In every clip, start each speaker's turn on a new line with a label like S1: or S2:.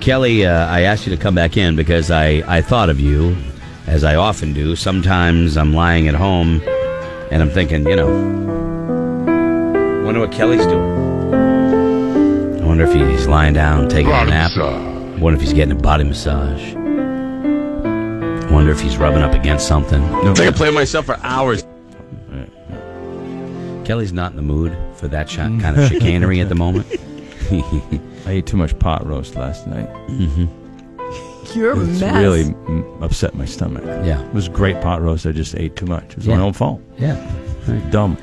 S1: Kelly, uh, I asked you to come back in because I, I thought of you, as I often do. Sometimes I'm lying at home and I'm thinking, you know, I wonder what Kelly's doing. I wonder if he's lying down, taking a
S2: Bottom
S1: nap.
S2: side.
S1: I wonder if he's getting a body massage. I wonder if he's rubbing up against something.
S2: I think I play with myself for hours.
S1: Kelly's not in the mood for that sh- kind of chicanery at the moment.
S3: I ate too much pot roast last night.
S4: You're a
S3: It's
S4: mess.
S3: really mm, upset my stomach.
S1: Yeah.
S3: It was great pot roast. I just ate too much. It was
S1: Yeah.
S3: my own fault.
S1: Yeah.
S3: Dumb.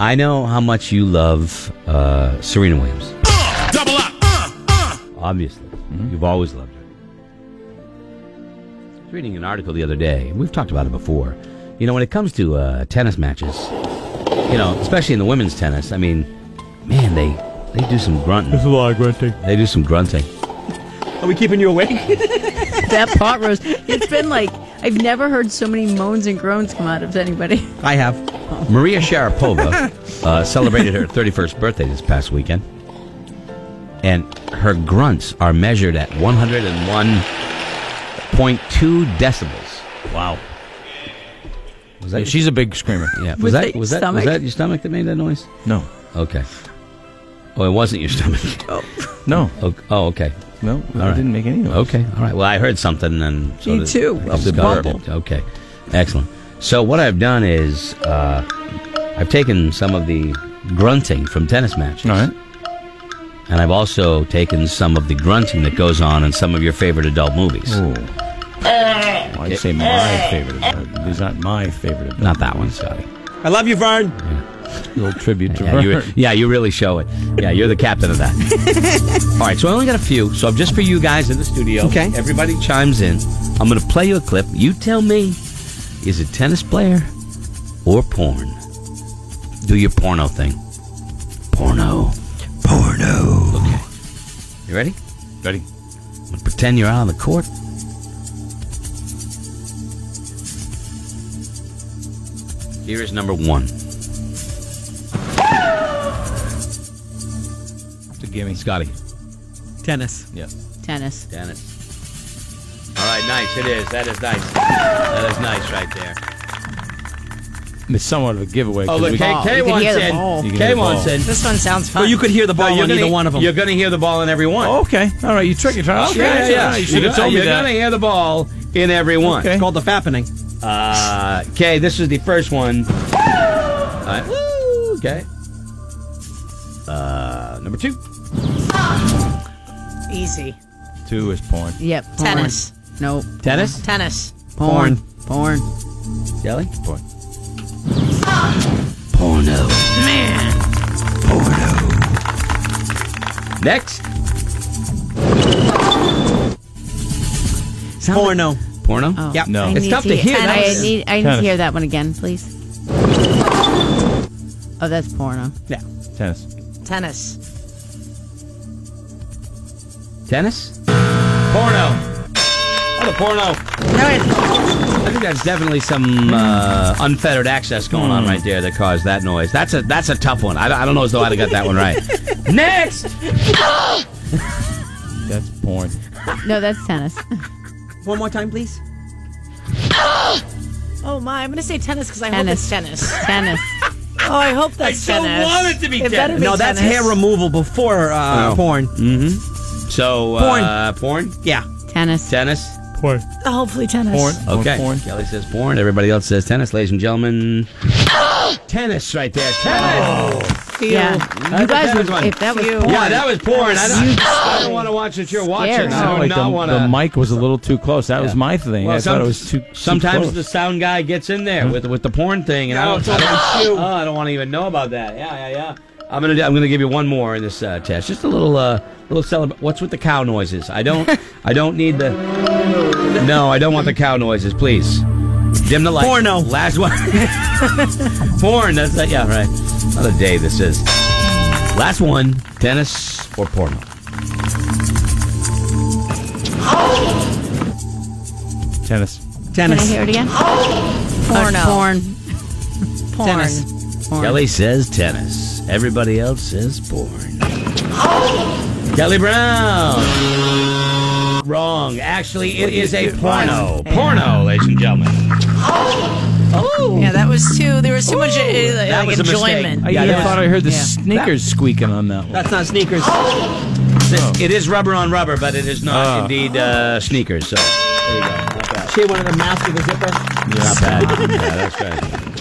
S1: I know how much you love uh, Serena Williams.
S2: Uh, Double up. Mm-hmm.
S1: Obviously, you've always loved her. I was reading an article the other day. We've talked about it before. You know, when it comes to uh, tennis matches, you know, especially in the women's tennis, I mean, man, they they do some grunting.
S3: a lot of grunting.
S1: They do some grunting.
S3: Are we keeping you awake?
S4: that pot roast. It's been like I've never heard so many moans and groans come out of anybody.
S1: I have. Maria Sharapova uh, celebrated her 31st birthday this past weekend. And her grunts are measured at 101.2 decibels. Wow. Was that
S3: She's a big screamer.
S1: Yeah. Was,
S4: Was
S1: that,
S4: that your
S1: was, that, was
S4: stomach?
S1: that your stomach that made that noise?
S3: No.
S1: Okay. Oh, it wasn't your stomach.
S3: No.
S1: Oh, oh, okay.
S3: No. I
S1: right.
S3: didn't make any noise.
S1: Okay. All right. Well, I heard something and so
S4: Me
S1: did-
S4: too.
S1: I
S4: I was
S1: discovered
S4: bubbled.
S1: it. Okay. Excellent. So what I've done is uh, I've taken some of the grunting from tennis matches.
S3: All right.
S1: And I've also taken some of the grunting that goes on in some of your favorite adult movies.
S3: Ooh.
S1: Uh,
S3: Well, I'd say my favorite. Adult. It's not my favorite. Adult.
S1: Not that one, Scotty.
S3: I love you, Vern. Little tribute to
S1: Yeah you,
S3: Vern.
S1: yeah, you really show it. Yeah, you're the captain of that. All right, so I only got a few. So just for you guys in the studio.
S5: Okay.
S1: Everybody chimes in. I'm going to play you a clip. You tell me, is it tennis player or porn? Do your porno thing. Porno. Porno. Okay. You ready?
S3: Ready?
S1: I'm gonna pretend you're out on the court. Here is number one.
S3: It's a gimme.
S1: Scotty.
S5: Tennis.
S3: Yeah.
S4: Tennis.
S1: Dennis. All right, nice. It is. That is nice. That is nice right there.
S3: It's somewhat of a giveaway. 'cause we-
S1: Oh, K
S4: You can hear the ball.
S3: You can hear the ball.
S5: This one sounds fun.
S6: Well, you could hear the ball on either one of them.
S1: You're going to hear the ball in every one.
S3: Oh, okay. All right. You tricked me. Charles.
S6: Okay. Yeah, yeah.
S3: You should have told me
S1: you're
S3: that.
S1: going to hear the ball in every one.
S3: Okay.
S6: It's called the fappening.
S1: Uh, okay, this is the first one. All right. Woo, okay. Uh, number two.
S5: Easy.
S3: Two is porn.
S4: Yep. Tennis. Nope.
S1: Tennis?
S5: Tennis.
S4: Porn. Porn.
S1: Jelly?
S3: Porn.
S4: Ah.
S1: Porno. Man. Porno. Next.
S6: Porno.
S1: Porno?
S4: Oh,
S6: Yep.
S3: No.
S4: I
S3: It's
S4: need
S1: tough to hear.
S4: I
S1: That was-
S4: need, I need to
S3: Tennis.
S4: hear that one again, please. Oh, that's porno.
S6: Yeah.
S3: Tennis.
S5: Tennis.
S1: Tennis? Porno. What a porno. I think that's definitely some uh, unfettered access going on right there that caused that noise. That's a that's a tough one. I, don't- I don't know as though I'd have got that one right. Next!
S3: That's porn.
S4: No, that's tennis.
S6: One more time, please.
S5: Oh my! I'm gonna say tennis because I
S4: Tennis.
S5: hope it's tennis.
S4: tennis.
S5: Oh, I hope that's
S1: I don't
S5: tennis.
S1: want it to be
S5: It better
S1: tennis.
S5: be
S6: No, that's
S5: tennis.
S6: hair removal before uh,
S1: Oh.
S6: porn.
S1: So, uh, porn.
S6: Yeah.
S4: Tennis.
S1: Tennis?
S3: Porn.
S5: Oh, Hopefully tennis.
S3: Porn.
S1: Okay.
S3: Porn.
S1: Kelly says porn. Everybody else says tennis. Ladies and gentlemen, tennis right there. Tennis!
S5: Feel.
S4: Yeah. You
S1: the
S4: guys
S1: tennis
S4: would,
S1: one.
S4: if that was
S5: Phew.
S4: porn.
S1: Yeah, that was porn. I
S4: You-
S1: don't, I don't want to watch what you're watching.
S4: Scared.
S1: I do
S3: Like
S1: not
S3: the,
S1: want
S3: the
S1: to.
S3: mic was a little too close. That was my thing. I
S1: some-
S3: thought it was too. too
S1: Sometimes
S3: close.
S1: the sound guy gets in there with with the porn thing, and I don't. I don't, oh, I don't want to even know about that. Yeah, yeah, yeah. I'm gonna do- I'm gonna give you one more in this uh, test. Just a little uh little celebra- What's with the cow noises? I don't I don't need the. No, I don't want the cow noises. Please dim the light.
S6: Porno.
S1: Last one. porn. That's that. Yeah, right. Another day. This is. Last one. Tennis or porno?
S3: tennis.
S4: Can I
S6: Tennis.
S4: hear it again?
S5: Porno.
S4: Porn. Porn.
S6: Tennis.
S4: Porn.
S1: Kelly says tennis. Everybody else says porn. Kelly Brown. wrong. Actually, it is a porno. Porno, ladies and gentlemen.
S4: Yeah, that was too. There was too much uh, like,
S1: That was a mistake.
S4: enjoyment.
S1: Yeah,
S3: I
S1: that
S3: thought I heard the sneakers squeaking on that one.
S6: That's not sneakers.
S1: It- it is rubber on rubber, but it is not
S3: Ah.
S1: indeed uh, sneakers. So there you go. Not bad.
S6: She wanted a mask with a zipper.
S1: Not bad. yeah, that's right.